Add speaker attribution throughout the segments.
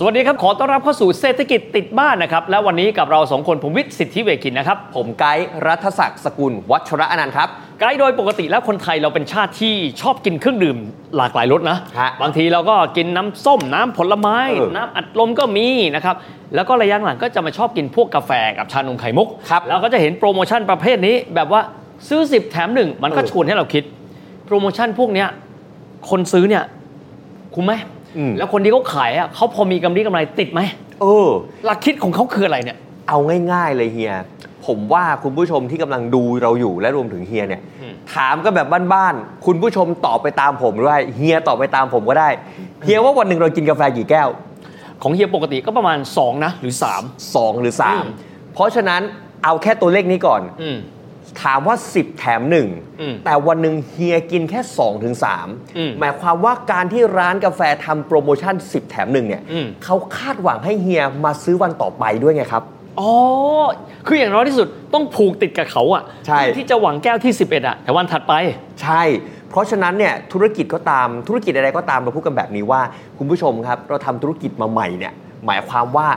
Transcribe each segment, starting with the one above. Speaker 1: สวัสดีครับ ขอต้อนรับเข้าสู่เศรษฐกิจติดบ้านนะครับ และวันนี้กับเราสองคนผมวิทย์สิทธิเวคินนะครับ
Speaker 2: ผมไกด์รัฐศักดิ์สกุล วัชระอนันต์ครับ
Speaker 1: ไกด์โดยปกติแล้วคนไทยเราเป็นชาติที่ชอบกินเครื่องดื่มหลากหลายรสนะ
Speaker 2: ฮะ
Speaker 1: บางทีเราก็กินน้ำส้มน้ำผลไม้
Speaker 2: เออ
Speaker 1: น้ำอัดลมก็มีนะครับ แล้วก็ระยะหลังก็จะมาชอบกินพวกกาแฟกับชานมไข่มุก
Speaker 2: ครับ
Speaker 1: แล้วก็จะเห็นโปรโมชั่นประเภทนี้ แบบว่าซื้อ 10 แถมหนึ่งมันก็
Speaker 2: เออ
Speaker 1: ชวนให้เราคิด โปรโมชั่นพวกเนี้ยคนซื้อเนี่ยคุ้มไหม
Speaker 2: อืม
Speaker 1: แล้วคนที่เขาขายอ่ะเขาพอมีกำไรกำไรติดไหม
Speaker 2: เออ
Speaker 1: หลักคิดของเขาคืออะไรเนี่ย
Speaker 2: เอาง่ายๆเลยเฮีย ผมว่าคุณผู้ชมที่กำลังดูเราอยู่และรวมถึงเฮียเนี่ย
Speaker 1: อืม
Speaker 2: ถามก็แบบบ้านๆ คุณผู้ชมตอบไปตามผมด้วยเฮียตอบไปตามผมก็ได้ เฮียว่าวันหนึ่งเรากินกาแฟกี่แก้ว
Speaker 1: ของเฮียปกติก็ประมาณ 2 นะ หรือ 3
Speaker 2: 2 หรือ
Speaker 1: อืม
Speaker 2: 3 เพราะฉะนั้นเอาแค่ตัวเลขนี้ก่อน
Speaker 1: อืม
Speaker 2: ถามว่า 10 แถม
Speaker 1: อืม
Speaker 2: 1 แต่วันหนึ่งเฮียกินแค่ 2-3ถึง
Speaker 1: อืม
Speaker 2: หมายความว่าการที่ร้านกาแฟทำโปรโมชั่น 10 แถม 1 เนี่ย
Speaker 1: อืม
Speaker 2: เขาคาดหวังให้เฮียมาซื้อวันต่อไปด้วยไงครับ
Speaker 1: อ๋อ คืออย่างน้อยที่สุดต้องผูกติดกับเขาอะ
Speaker 2: ใช่
Speaker 1: ที่จะหวังแก้วที่ 11อะแต่วันถัดไป
Speaker 2: ใช่ เพราะฉะนั้นเนี่ยธุรกิจก็ตามธุรกิจอะไรก็ตามเราพูดกันแบบนี้ว่า คุณผู้ชมครับ เราทำธุรกิจมาใหม่เนี่ยหมายความว่า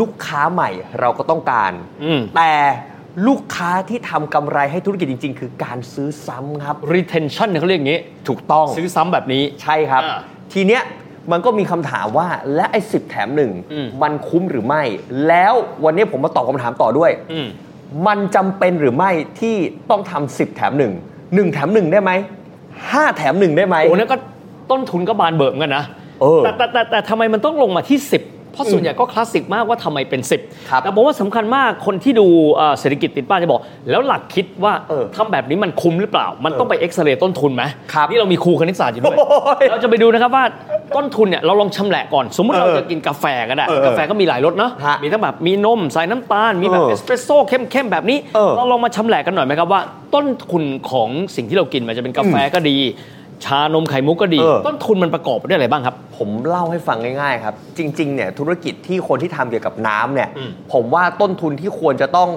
Speaker 2: ลูกค้าใหม่เราก็ต้องการ
Speaker 1: อืม
Speaker 2: แต่ลูกค้าที่ทำกำไรให้ธุรกิจจริง ๆ คือการซื้อซ้ำครับ
Speaker 1: retention เนี่ยเขาเรียกอย่างนี้
Speaker 2: ถูกต้อง
Speaker 1: ซื้อซ้ำแบบนี้
Speaker 2: ใช่ครับ
Speaker 1: อ่า
Speaker 2: ทีเนี้ยมันก็มีคำถามว่าและไอ้สิแถมหนึ่ง
Speaker 1: อืม
Speaker 2: มันคุ้มหรือไม่ แล้ววันนี้ผมมาตอบคำถามต่อด้วย
Speaker 1: อืม
Speaker 2: มันจำเป็นหรือไม่ที่ต้องทำ10 แถม 1 1 แถม 1 ได้ไหม 5 แถม 1 ได้ไหม
Speaker 1: โอ้นั่นก็ต้นทุนก็บานเบิกเหมอนกันนะ
Speaker 2: เออ
Speaker 1: แต่แต่แต่แต่ทำไมมันต้องลงมาที่ 10 เพราะส่วนใหญ่ก็คลาสสิกมากว่าทำไมเป็น
Speaker 2: ครับ
Speaker 1: 10 แต่ผมว่าสำคัญมากคนที่ดูเอ่อเศรษฐกิจติดบ้านจะบอก แล้วหลักคิดว่า
Speaker 2: เออ
Speaker 1: ทำแบบนี้มันคุ้มหรือเปล่า มันต้องไปเอ็กซเรย์ต้นทุนไหม
Speaker 2: ครับ
Speaker 1: นี่เรามีครูคณิตศาสตร์อยู่ด้วย
Speaker 2: โอ้ย
Speaker 1: เราจะไปดูนะครับว่าต้นทุนเนี่ยเราลองชำแหละก่อน สมมุติเรา
Speaker 2: เออ
Speaker 1: จะกินกาแฟก็ได้
Speaker 2: เออก
Speaker 1: าแฟก็มีหลายรสเนาะ
Speaker 2: ฮะ
Speaker 1: มีทั้งแบบมีนมใส่น้ำตาลมีแบบ
Speaker 2: เออ
Speaker 1: เอสเปรสโซ่เข้มๆแบบนี้
Speaker 2: เออ
Speaker 1: เรา ลองมาชำแหละกันหน่อยไหมครับว่า ต้นทุนของสิ่งที่เรากินมันจะเป็นกาแฟก็ดี ชานมไข่มุกก็ดี
Speaker 2: เออ
Speaker 1: ต้นทุนมันประกอบไปด้วยอะไรบ้างครับ
Speaker 2: ผมเล่าให้ฟังง่าย ๆ ครับ จริง ๆ เนี่ยธุรกิจที่คนที่ทำเกี่ยวกับน้ำเนี่ย
Speaker 1: อืม
Speaker 2: ผมว่าต้นทุนที่ควรจะต้อง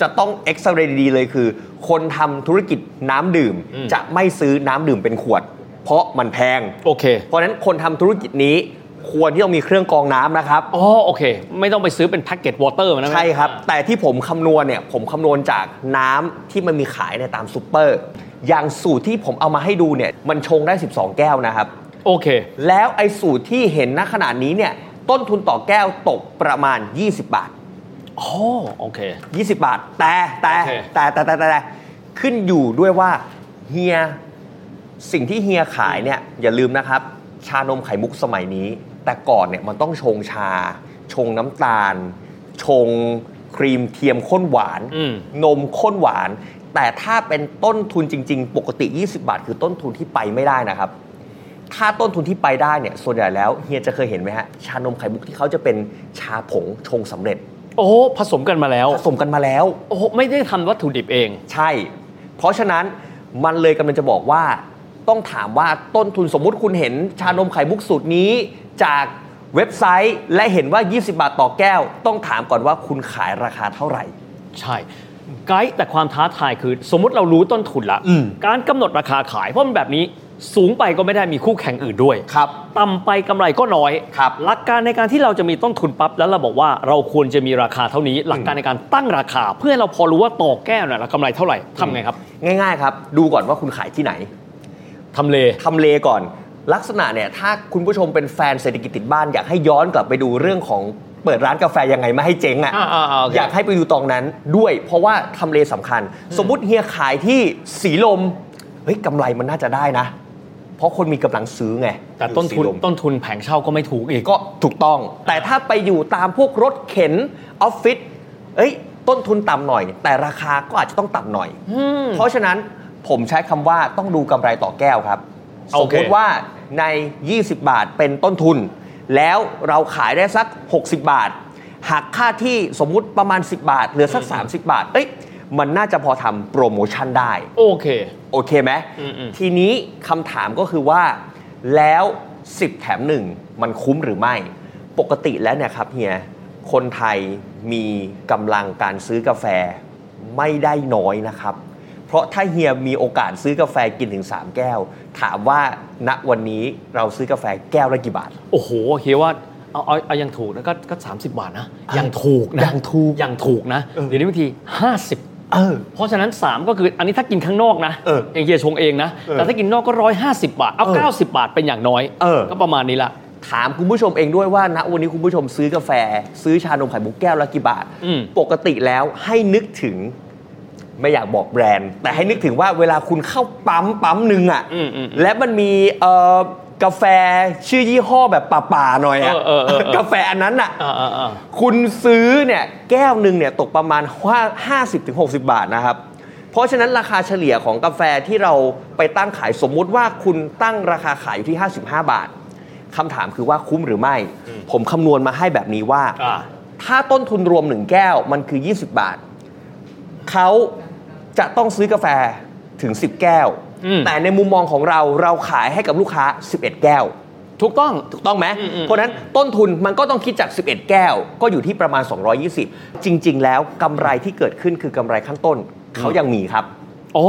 Speaker 2: จะต้องเอ็กซเรย์ดีๆเลยคือ คนทำธุรกิจน้ำดื่ม
Speaker 1: อืม
Speaker 2: จะไม่ซื้อน้ำดื่มเป็นขวด เพราะมันแพง
Speaker 1: โอเค
Speaker 2: เพราะฉะนั้นคนทำธุรกิจนี้ควรที่ต้องมีเครื่องกรองน้ำนะครับ
Speaker 1: อ๋อโอเค ไม่ต้องไปซื้อเป็นแพ็กเกจวอเตอร์มานะ
Speaker 2: ใช่ครับ แต่ที่ผมคำนวณเนี่ย ผมคำนวณจากน้ำที่มันมีขายในตามซูเปอร์ อย่างสูตรที่ผมเอามาให้ดูเนี่ย มันชงได้ 12 แก้วนะครับ
Speaker 1: โอเค
Speaker 2: แล้วไอ้สูตรที่เห็นณขณะนี้เนี่ย ต้นทุนต่อแก้วตกประมาณ 20 บาท
Speaker 1: อ๋อโอเค
Speaker 2: 20 บาท แต่แต่
Speaker 1: โอเค
Speaker 2: แต่แต่แต่แต่แต่ขึ้นอยู่ด้วยว่าเฮียสิ่งที่เฮียขายเนี่ย อย่าลืมนะครับ ชานมไข่มุกสมัยนี้ แต่ก่อนเนี่ยมันต้องชงชา ชงน้ำตาล ชงครีมเทียมข้นหวาน
Speaker 1: อืม
Speaker 2: นมข้นหวาน แต่ถ้าเป็นต้นทุนจริง ๆ ปกติ 20 บาท คือต้นทุนที่ไปไม่ได้นะครับ ถ้าต้นทุนที่ไปได้เนี่ยส่วนใหญ่แล้วเฮียจะเคยเห็นไหมฮะชานมไข่มุกที่เขาจะเป็นชาผงชงสำเร็จ
Speaker 1: โอ้ผสมกันมาแล้ว
Speaker 2: ผสมกันมาแล้ว
Speaker 1: โอ้โหไม่ได้ทำวัตถุดิบเอง
Speaker 2: ใช่ เพราะฉะนั้นมันเลยกำลังจะบอกว่าต้องถามว่าต้นทุนสมมุติคุณเห็นชานมไข่มุกสูตรนี้ จากเว็บไซต์และเห็นว่า 20 บาทต่อแก้ว ต้องถามก่อนว่าคุณขายราคาเท่าไหร่
Speaker 1: ใช่ไกด์แต่ความท้าทายคือสมมติเรารู้ต้นทุนละ
Speaker 2: อืม
Speaker 1: การกำหนดราคาขายเพราะมันแบบนี้สูงไปก็ไม่ได้มีคู่แข่งอื่นด้วย
Speaker 2: ครับ
Speaker 1: ต่ำไปกำไรก็น้อย
Speaker 2: ครับ
Speaker 1: หลักการในการที่เราจะมีต้นทุนปั๊บแล้วเราบอกว่าเราควรจะมีราคาเท่านี้ หลักการในการตั้งราคา เพื่อให้เราพอรู้ว่าต่อแก้วเนี่ยเรากำไรเท่าไหร่ทำไงครับ
Speaker 2: ง่ายๆครับ ดูก่อนว่าคุณขายที่ไหน
Speaker 1: ทำเล
Speaker 2: ทำเลก่อน ลักษณะเนี่ยถ้าคุณผู้ชมเป็นแฟนเศรษฐกิจติดบ้าน อยากให้ย้อนกลับไปดูเรื่องของเปิดร้านกาแฟยังไงไม่ให้เจ๊ง
Speaker 1: อ่า
Speaker 2: อะ่ะ
Speaker 1: อ่าอ่าโอเค
Speaker 2: อยากให้ไปดูตรงนั้นด้วย เพราะว่าทำเลสำคัญ สมมุติเฮียขายที่สีลมเฮ้ยกำไรมันน่าจะได้นะ เพราะคนมีกำลังซื้อไง
Speaker 1: แต่ต้นทุน
Speaker 2: สีลม
Speaker 1: ต้นทุนแผงเช่าก็ไม่ถูกอีก
Speaker 2: ก็ถูกต้อง แต่ถ้าไปอยู่ตามพวกรถเข็นออฟฟิศเอ้ย ต้นทุนต่ำหน่อย แต่ราคาก็อาจจะต้องต่ำหน่อย เพราะฉะนั้นผมใช้คำว่าต้องดูกำไรต่อแก้วครับ
Speaker 1: โอ
Speaker 2: สม
Speaker 1: เค
Speaker 2: มติว่าใน 20 บาทเป็นต้นทุน แล้วเราขายได้สัก 60 บาท หักค่าที่สมมุติประมาณ 10 บาท เหลือสัก 30 บาท เอ้ย มันน่าจะพอทำโปรโมชั่นได้
Speaker 1: โอเค
Speaker 2: โอเคไหม
Speaker 1: อืมๆ
Speaker 2: ทีนี้คำถามก็คือว่า แล้ว 10 แถมหนึ่งมันคุ้มหรือไม่ ปกติแล้วเนี่ยครับเฮียคนไทยมีกำลังการซื้อกาแฟไม่ได้น้อยนะครับ เพราะถ้าเฮียมีโอกาสซื้อกาแฟกินถึง 3 แก้ว ถามว่าณวันนี้เราซื้อกาแฟแก้วละกี่บาท
Speaker 1: โอ้โหเฮียว่าเอาเอาเอายังถูกนะก็ก็สามสิบาทนะยังถูกนะ
Speaker 2: ยังถูก
Speaker 1: ยังถูกนะ
Speaker 2: เออ
Speaker 1: เดี๋ยวนี้บางทีห้าสิบ
Speaker 2: เออ
Speaker 1: เพราะฉะนั้น 3 ก็คืออันนี้ถ้ากินข้างนอกนะ
Speaker 2: เออ
Speaker 1: เองเฮียชงเองนะ
Speaker 2: เออ
Speaker 1: แต่ถ้ากินนอกก็ร้อยห้าสิบาท เอา
Speaker 2: เออ
Speaker 1: เก้าสิบบาทเป็นอย่างน้อย
Speaker 2: เออ
Speaker 1: ก็ประมาณนี้ละ
Speaker 2: ถามคุณผู้ชมเองด้วยว่าณวันนี้คุณผู้ชมซื้อกาแฟ ซื้อชานมไข่มุกแก้วละกี่บาท
Speaker 1: อืม
Speaker 2: ปกติแล้วให้นึกถึงไม่อยากบอกแบรนด์ แต่ให้นึกถึงว่าเวลาคุณเข้าปั๊มปั๊มหนึ่งอะ่ะ
Speaker 1: อืมอืม
Speaker 2: และมันมีเอ่อกาแฟชื่อยี่ห้อแบบป่าๆหน่อย
Speaker 1: เออเออเออเออ
Speaker 2: กาแฟอันนั้นอ่ะ
Speaker 1: อ่าอ่าอ่า
Speaker 2: คุณซื้อเนี่ยแก้วหนึ่งเนี่ยตกประมาณว่า50-60ถึง60 บาทนะครับ เพราะฉะนั้นราคาเฉลี่ยของกาแฟที่เราไปตั้งขายสมมุติว่าคุณตั้งราคาขายอยู่ที่ 55 บาทคำถามคือว่าคุ้มหรือไม่ ผมคำนวณมาให้แบบนี้ว่า
Speaker 1: อ่า
Speaker 2: ถ้าต้นทุนรวมหนึ่งแก้วมันคือ 20 บาท เขาจะต้องซื้อกาแฟถึง 10 แก้ว
Speaker 1: อืม
Speaker 2: แต่ในมุมมองของเราเราขายให้กับลูกค้า 11 แก้ว
Speaker 1: ถูกต้อง
Speaker 2: ถูกต้องไหม
Speaker 1: อืมอืม
Speaker 2: เพราะฉะนั้นต้นทุนมันก็ต้องคิดจาก 11 แก้ว ก็อยู่ที่ประมาณ 220 จริง ๆ แล้วกำไรที่เกิดขึ้นคือกำไรขั้นต้น เขายังมีครับ
Speaker 1: โอ้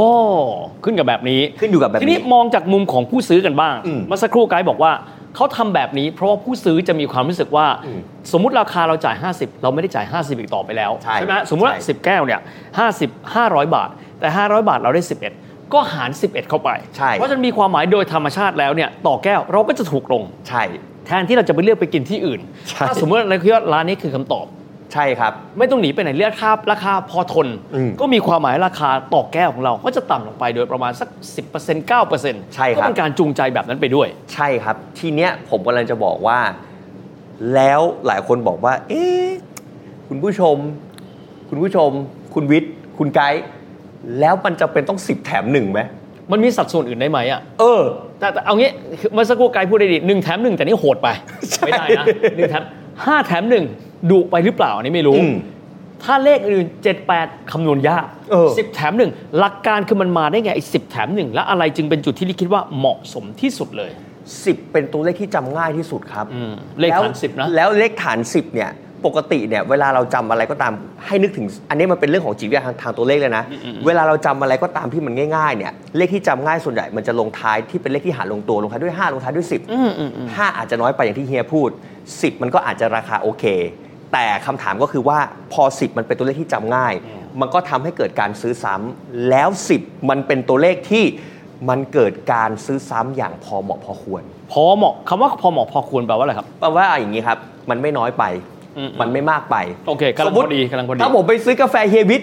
Speaker 1: ขึ้นกับแบบนี้
Speaker 2: ขึ้นอยู่กับแบบ
Speaker 1: ทีนี้
Speaker 2: นี้
Speaker 1: มองจากมุมของผู้ซื้อกันบ้าง
Speaker 2: อืม
Speaker 1: เมื่อสักครู่ไกด์บอกว่าเขาทำแบบนี้ เพราะว่าผู้ซื้อจะมีความรู้สึกว่า
Speaker 2: อืม
Speaker 1: สมมติราคาเราจ่าย 50 เราไม่ได้จ่าย 50 อีกต่อไปแล้ว
Speaker 2: ใช่
Speaker 1: ไหมสมมติว่า
Speaker 2: ใช่
Speaker 1: 10 แก้วเนี่ย50 500 บาท แต่ 500 บาทเราได้ 11 ก็หาร 11 เข้าไป
Speaker 2: ใช่
Speaker 1: เพราะฉะนันมีความหมายโดยธรรมชาติแล้วเนี่ยต่อแก้วเราก็จะถูกลง
Speaker 2: ใช่
Speaker 1: แทนที่เราจะไปเลือกไปกินที่อื่น
Speaker 2: ใช่
Speaker 1: ถ้าสมมติเราคิดว่าร้านนี้คือคำตอบ
Speaker 2: ใช่ครับ
Speaker 1: ไม่ต้องหนีไปไหนเลือกคาบราคาพอทน
Speaker 2: อืม
Speaker 1: ก็มีความหมายราคาต่อแก้วของเราก็จะต่ำลงไปโดยประมาณสัก 10% 9%
Speaker 2: ใช่ครับ
Speaker 1: ก็เป็นการจูงใจแบบนั้นไปด้วย
Speaker 2: ใช่ครับ ทีเนี้ยผมกำลังจะบอกว่า แล้วหลายคนบอกว่า เอ๊ะคุณผู้ชม คุณผู้ชม คุณวิทย์ คุณไกด์แล้วมันจะเป็นต้อง 10 แถมหนึ่งไหม
Speaker 1: มันมีสัดส่วนอื่นได้ไหมอ่ะ
Speaker 2: เออ
Speaker 1: แต่แต่เอางี้คือเมื่อสักครู่ไกายพูดได้ดีหนึ่งแถมหนึ่งแต่นี่โหดไป ไม่ได้ นะหนึ่งแถมห้าแถมหนึ่งดุไปหรือเปล่าอันนี้ไม่รู้
Speaker 2: อืม
Speaker 1: ถ้าเลขอื่นเจ็ดแปดคำนวณยาก
Speaker 2: เออ
Speaker 1: สิบแถมหนึ่งหลักการคือมันมาได้ไงไอ้สิบแถมหนึ่งและอะไรจึงเป็นจุดที่ลิคิดว่าเหมาะสมที่สุดเลย
Speaker 2: 10 เป็นตัวเลขที่จำง่ายที่สุดครับ
Speaker 1: อืมเลขฐาน
Speaker 2: แล้ว
Speaker 1: สิบนะ
Speaker 2: แล้วเลขฐาน 10เนี่ยปกติเนี่ยเวลาเราจำอะไรก็ตามให้นึกถึง อันนี้มันเป็นเรื่องของจิตวิทยาทางทางตัวเลขเลยนะ เวลาเราจำอะไรก็ตามที่มันง่ายๆเนี่ยเลขที่จำง่ายส่วนใหญ่มันจะลงท้ายที่เป็นเลขที่หารลงตัวลงท้ายด้วย 5 ลงท้ายด้วย 10 5 อาจจะน้อยไปอย่างที่เฮียพูด 10 มันก็อาจจะราคาโอเค แต่คำถามก็คือว่าพอ 10 มันเป็นตัวเลขที่จำง่าย มันก็ทำให้เกิดการซื้อซ้ำแล้ว 10 มันเป็นตัวเลขที่มันเกิดการซื้อซ้ำอย่างพอเหมาะพอควร
Speaker 1: พอเหมาะคำว่าพอเหมาะพอควรแปลว่าอะไรครับ
Speaker 2: แปลว่าอย่างนี้ครับ มันไม่น้อยไป
Speaker 1: อืม
Speaker 2: มันไม่มากไป
Speaker 1: โอเคกำลัง
Speaker 2: สมมุติ
Speaker 1: พอดีกำลังพอดี
Speaker 2: ถ้าผมไปซื้อกาแฟเฮียวิท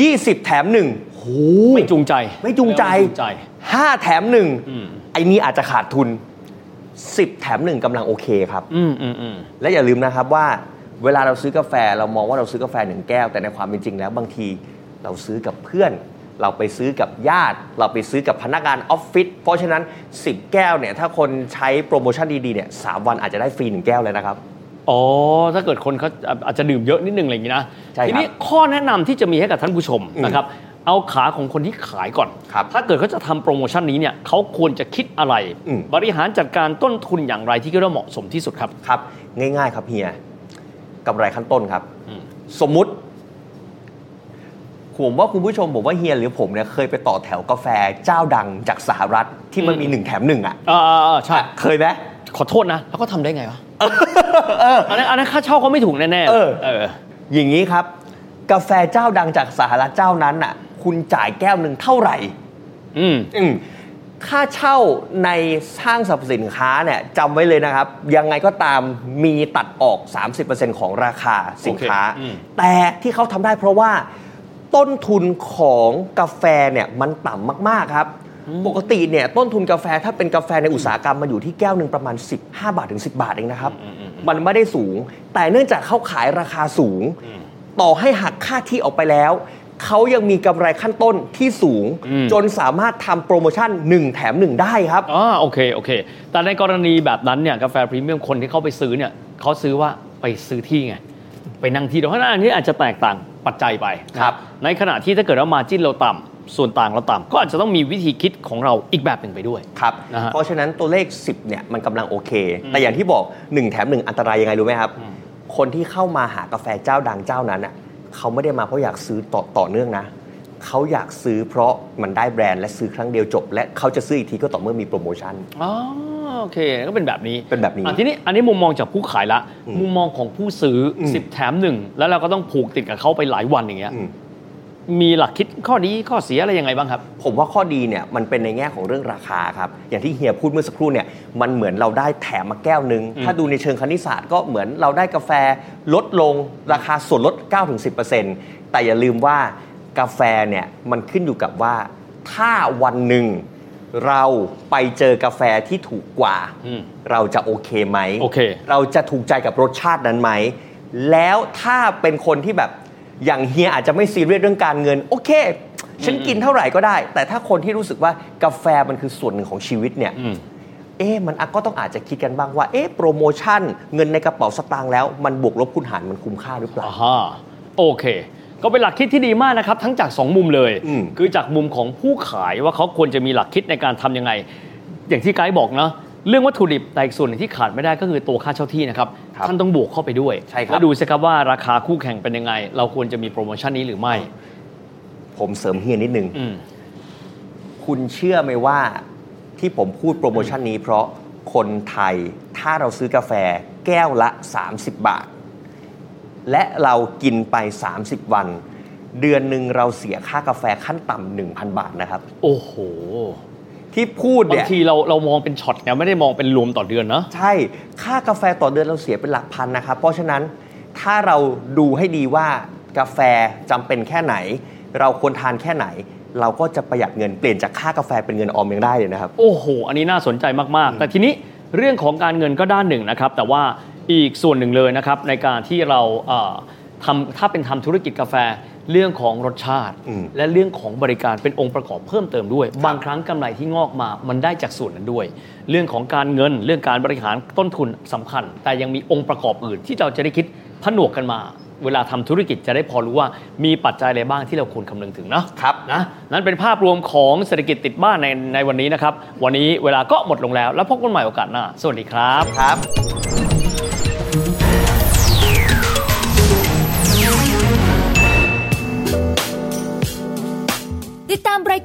Speaker 2: 20 แถมหนึ่งโห
Speaker 1: ไม่จูงใจ
Speaker 2: ไม่จูงใจ
Speaker 1: ไม่ใจ
Speaker 2: 5 แถมหนึ่ง
Speaker 1: อืม
Speaker 2: ไอ้นี่อาจจะขาดทุน 10 แถมหนึ่งกำลังโอเคครับ
Speaker 1: อืมอืมอืม
Speaker 2: และอย่าลืมนะครับว่า เวลาเราซื้อกาแฟเรามองว่าเราซื้อกาแฟหนึ่งแก้ว แต่ในความเป็นจริงแล้วบางทีเราซื้อกับเพื่อน เราไปซื้อกับญาติ เราไปซื้อกับพนักงานออฟฟิศเพราะฉะนั้น 10 แก้วเนี่ยถ้าคนใช้โปรโมชั่นดีๆเนี่ยสามวันอาจจะได้ฟรีหนึ่งแก้วเลยนะครับ
Speaker 1: อ๋อ ถ้าเกิดคนเขาอ่ะอาจจะดื่มเยอะนิดนึงอะไรอย่างนี้นะ
Speaker 2: ใช่ครับ
Speaker 1: ทีนี้ข้อแนะนำที่จะมีให้กับท่านผู้ชมนะครับ เอาขาของคนที่ขายก่อน
Speaker 2: ครับ
Speaker 1: ถ้าเกิดเขาจะทำโปรโมชั่นนี้เนี่ยเขาควรจะคิดอะไร
Speaker 2: อืม
Speaker 1: บริหารจัดการต้นทุนอย่างไรที่คิดว่าเหมาะสมที่สุดครับ
Speaker 2: ครับง่ายๆครับเฮียกำไรขั้นต้นครับ
Speaker 1: อืม
Speaker 2: สมมุติผมว่าคุณผู้ชมผมว่าเฮียหรือผมเนี่ยเคยไปต่อแถวกาแฟเจ้าดังจากสหรัฐที่มันมีหนึ่งแถมหนึ่งอ่ะ
Speaker 1: อ่าๆๆใช่
Speaker 2: เคยไหม
Speaker 1: ขอโทษนะ แล้วก็ทำได้ไงวะอันนั้นอันนั้นค่าเช่าเขาไม่ถูกแน่ๆ
Speaker 2: เออ
Speaker 1: เออ
Speaker 2: อย่างนี้ครับ กาแฟเจ้าดังจากสหรัฐเจ้านั้นอ่ะ คุณจ่ายแก้วหนึ่งเท่าไหร่
Speaker 1: อืม
Speaker 2: อืมค่าเช่าในห้างสรรพสินค้าเนี่ยจำไว้เลยนะครับ ยังไงก็ตามมีตัดออก 30%ของราคาสินค้า
Speaker 1: โอเคอืม
Speaker 2: แต่ที่เขาทำได้เพราะว่าต้นทุนของกาแฟเนี่ยมันต่ำมาก ๆ ครับ ปกติเนี่ยต้นทุนกาแฟถ้าเป็นกาแฟในอุตสาหกรรมมันอยู่ที่แก้วหนึ่งประมาณ 15 บาทถึง 10 บาทเองนะครับ มันไม่ได้สูง แต่เนื่องจากเขาขายราคาสูง ต่อให้หักค่าที่ออกไปแล้ว เขายังมีกำไรขั้นต้นที่สูง
Speaker 1: อืม
Speaker 2: จนสามารถทำโปรโมชั่น 1 แถม 1 ได้ครับ
Speaker 1: อ่าโอเคโอเค แต่ในกรณีแบบนั้นเนี่ยกาแฟพรีเมียมคนที่เข้าไปซื้อเนี่ยเขาซื้อว่าไปซื้อที่ไง ไปนั่งที่เดียวเพราะฉะนั้นอันนี้อาจจะแตกต่างปัจจัยไปนะครับ ในขณะที่ถ้าเกิดว่ามาจิ้นเราต่ำ ส่วนต่างเราต่ำก็อาจจะต้องมีวิธีคิดของเราอีกแบบหนึ่งไปด้วย
Speaker 2: ครับ
Speaker 1: นะฮะ
Speaker 2: เพราะฉะนั้นตัวเลข 10เนี่ยมันกำลังโอเค แต่อย่างที่บอก 1 แถม 1 อันตรายยังไงรู้ไหมครับ คนที่เข้ามาหากาแฟเจ้าดังเจ้านั้นอ่ะเขาไม่ได้มาเพราะอยากซื้อต่อต่อเนื่องนะ เขาอยากซื้อเพราะมันได้แบรนด์และซื้อครั้งเดียวจบ และเขาจะซื้ออีกทีก็ต่อเมื่อมีโปรโมชั่น
Speaker 1: อ๋อโอเคก็เป็นแบบนี้
Speaker 2: เป็นแบบนี้
Speaker 1: อ่ะทีนี้อันนี้มุมมองจากผู้ขายละ
Speaker 2: อืม
Speaker 1: มุมมองของผู้ซื้ออ
Speaker 2: ม
Speaker 1: สิบแถมหนึ่งแล้วเราก็ต้องผูกติดกับเขาไปหลายวันอย่างเงี้ย
Speaker 2: อืม
Speaker 1: มีหลักคิดข้อดีข้อเสียอะไรยังไงบ้างครับ
Speaker 2: ผมว่าข้อดีเนี่ยมันเป็นในแง่ของเรื่องราคาครับ อย่างที่เฮียพูดเมื่อสักครู่เนี่ยมันเหมือนเราได้แถมมาแก้วหนึ่ง
Speaker 1: อืม
Speaker 2: ถ้าดูในเชิงคณิตศาสตร์ก็เหมือนเราได้กาแฟลดลงราคาส่วนลด 9-10%แต่อย่าลืมว่ากาแฟเนี่ยมันขึ้นอยู่กับว่า ถ้าวันหนึ่งเราไปเจอกาแฟที่ถูกกว่า
Speaker 1: อืม
Speaker 2: เราจะโอเคไหม
Speaker 1: โอเค
Speaker 2: เราจะถูกใจกับรสชาตินั้นไหม แล้วถ้าเป็นคนที่แบบอย่างเฮียอาจจะไม่ซีเรียสเรื่องการเงิน โอเค ฉันกินเท่าไหร่ก็ได้ แต่ถ้าคนที่รู้สึกว่ากาแฟมันคือส่วนหนึ่งของชีวิตเนี่ย
Speaker 1: อืม
Speaker 2: เอ๊ะมันก็ต้องอาจจะคิดกันบ้างว่า เอ๊ะโปรโมชั่น เงินในกระเป๋าสตางค์แล้ว มันบวกลบคูณหารมันคุ้มค่าหรือเปล่า
Speaker 1: อ่าฮะโอเค ก็เป็นหลักคิดที่ดีมากนะครับ ทั้งจาก 2 มุมเลย
Speaker 2: อืม
Speaker 1: คือจากมุมของผู้ขายว่าเขาควรจะมีหลักคิดในการทำยังไง อย่างที่ไกด์บอกเนาะเรื่องวัตถุดิบแต่อีกส่วนหนึ่งที่ขาดไม่ได้ก็คือตัวค่าเช่าที่นะครับ
Speaker 2: ครับ
Speaker 1: ท่านต้องบวกเข้าไปด้วย
Speaker 2: ใช่ครับ
Speaker 1: แล้วดูสิครับว่าราคาคู่แข่งเป็นยังไง เราควรจะมีโปรโมชั่นนี้หรือไม่
Speaker 2: ผมเสริมเฮียนิดนึง
Speaker 1: อืม
Speaker 2: คุณเชื่อไหมว่าที่ผมพูดโปรโมชั่นนี้เพราะคนไทยถ้าเราซื้อกาแฟแก้วละ 30 บาท และเรากินไป 30 วัน เดือนหนึ่งเราเสียค่ากาแฟขั้นต่ำ1,000 บาทนะครับ
Speaker 1: โอ้โห
Speaker 2: ที่พูด
Speaker 1: บาง
Speaker 2: เนี่ย
Speaker 1: ทีเราเรามองเป็นช็อตไงไม่ได้มองเป็นรวมต่อเดือนเนาะ
Speaker 2: ใช่ ค่ากาแฟต่อเดือนเราเสียเป็นหลักพันนะครับ เพราะฉะนั้นถ้าเราดูให้ดีว่ากาแฟจำเป็นแค่ไหน เราควรทานแค่ไหน เราก็จะประหยัดเงินเปลี่ยนจากค่ากาแฟเป็นเงินออมยังได้เลยนะครับ
Speaker 1: โอ้โห อันนี้น่าสนใจมาก ๆ แต่ทีนี้เรื่องของการเงินก็ด้านหนึ่งนะครับ แต่ว่าอีกส่วนหนึ่งเลยนะครับ ในการที่เราเอ่อทำถ้าเป็นทำธุรกิจกาแฟเรื่องของรสชาติ
Speaker 2: อืม
Speaker 1: และเรื่องของบริการเป็นองค์ประกอบเพิ่มเติมด้วย บางครั้งกำไรที่งอกมามันได้จากส่วนนั้นด้วย เรื่องของการเงินเรื่องการบริหารต้นทุนสำคัญ แต่ยังมีองค์ประกอบอื่นที่เราจะได้คิดผนวกกันมา เวลาทำธุรกิจจะได้พอรู้ว่ามีปัจจัยอะไรบ้างที่เราควรคำนึงถึงเนาะ
Speaker 2: ครับ
Speaker 1: นะนั่นเป็นภาพรวมของเศรษฐกิจติดบ้านในในวันนี้นะครับ วันนี้เวลาก็หมดลงแล้ว แล้วพบกันใหม่โอกาสหน้า สวัสดีครับ
Speaker 2: ครับ
Speaker 3: ติดตามราย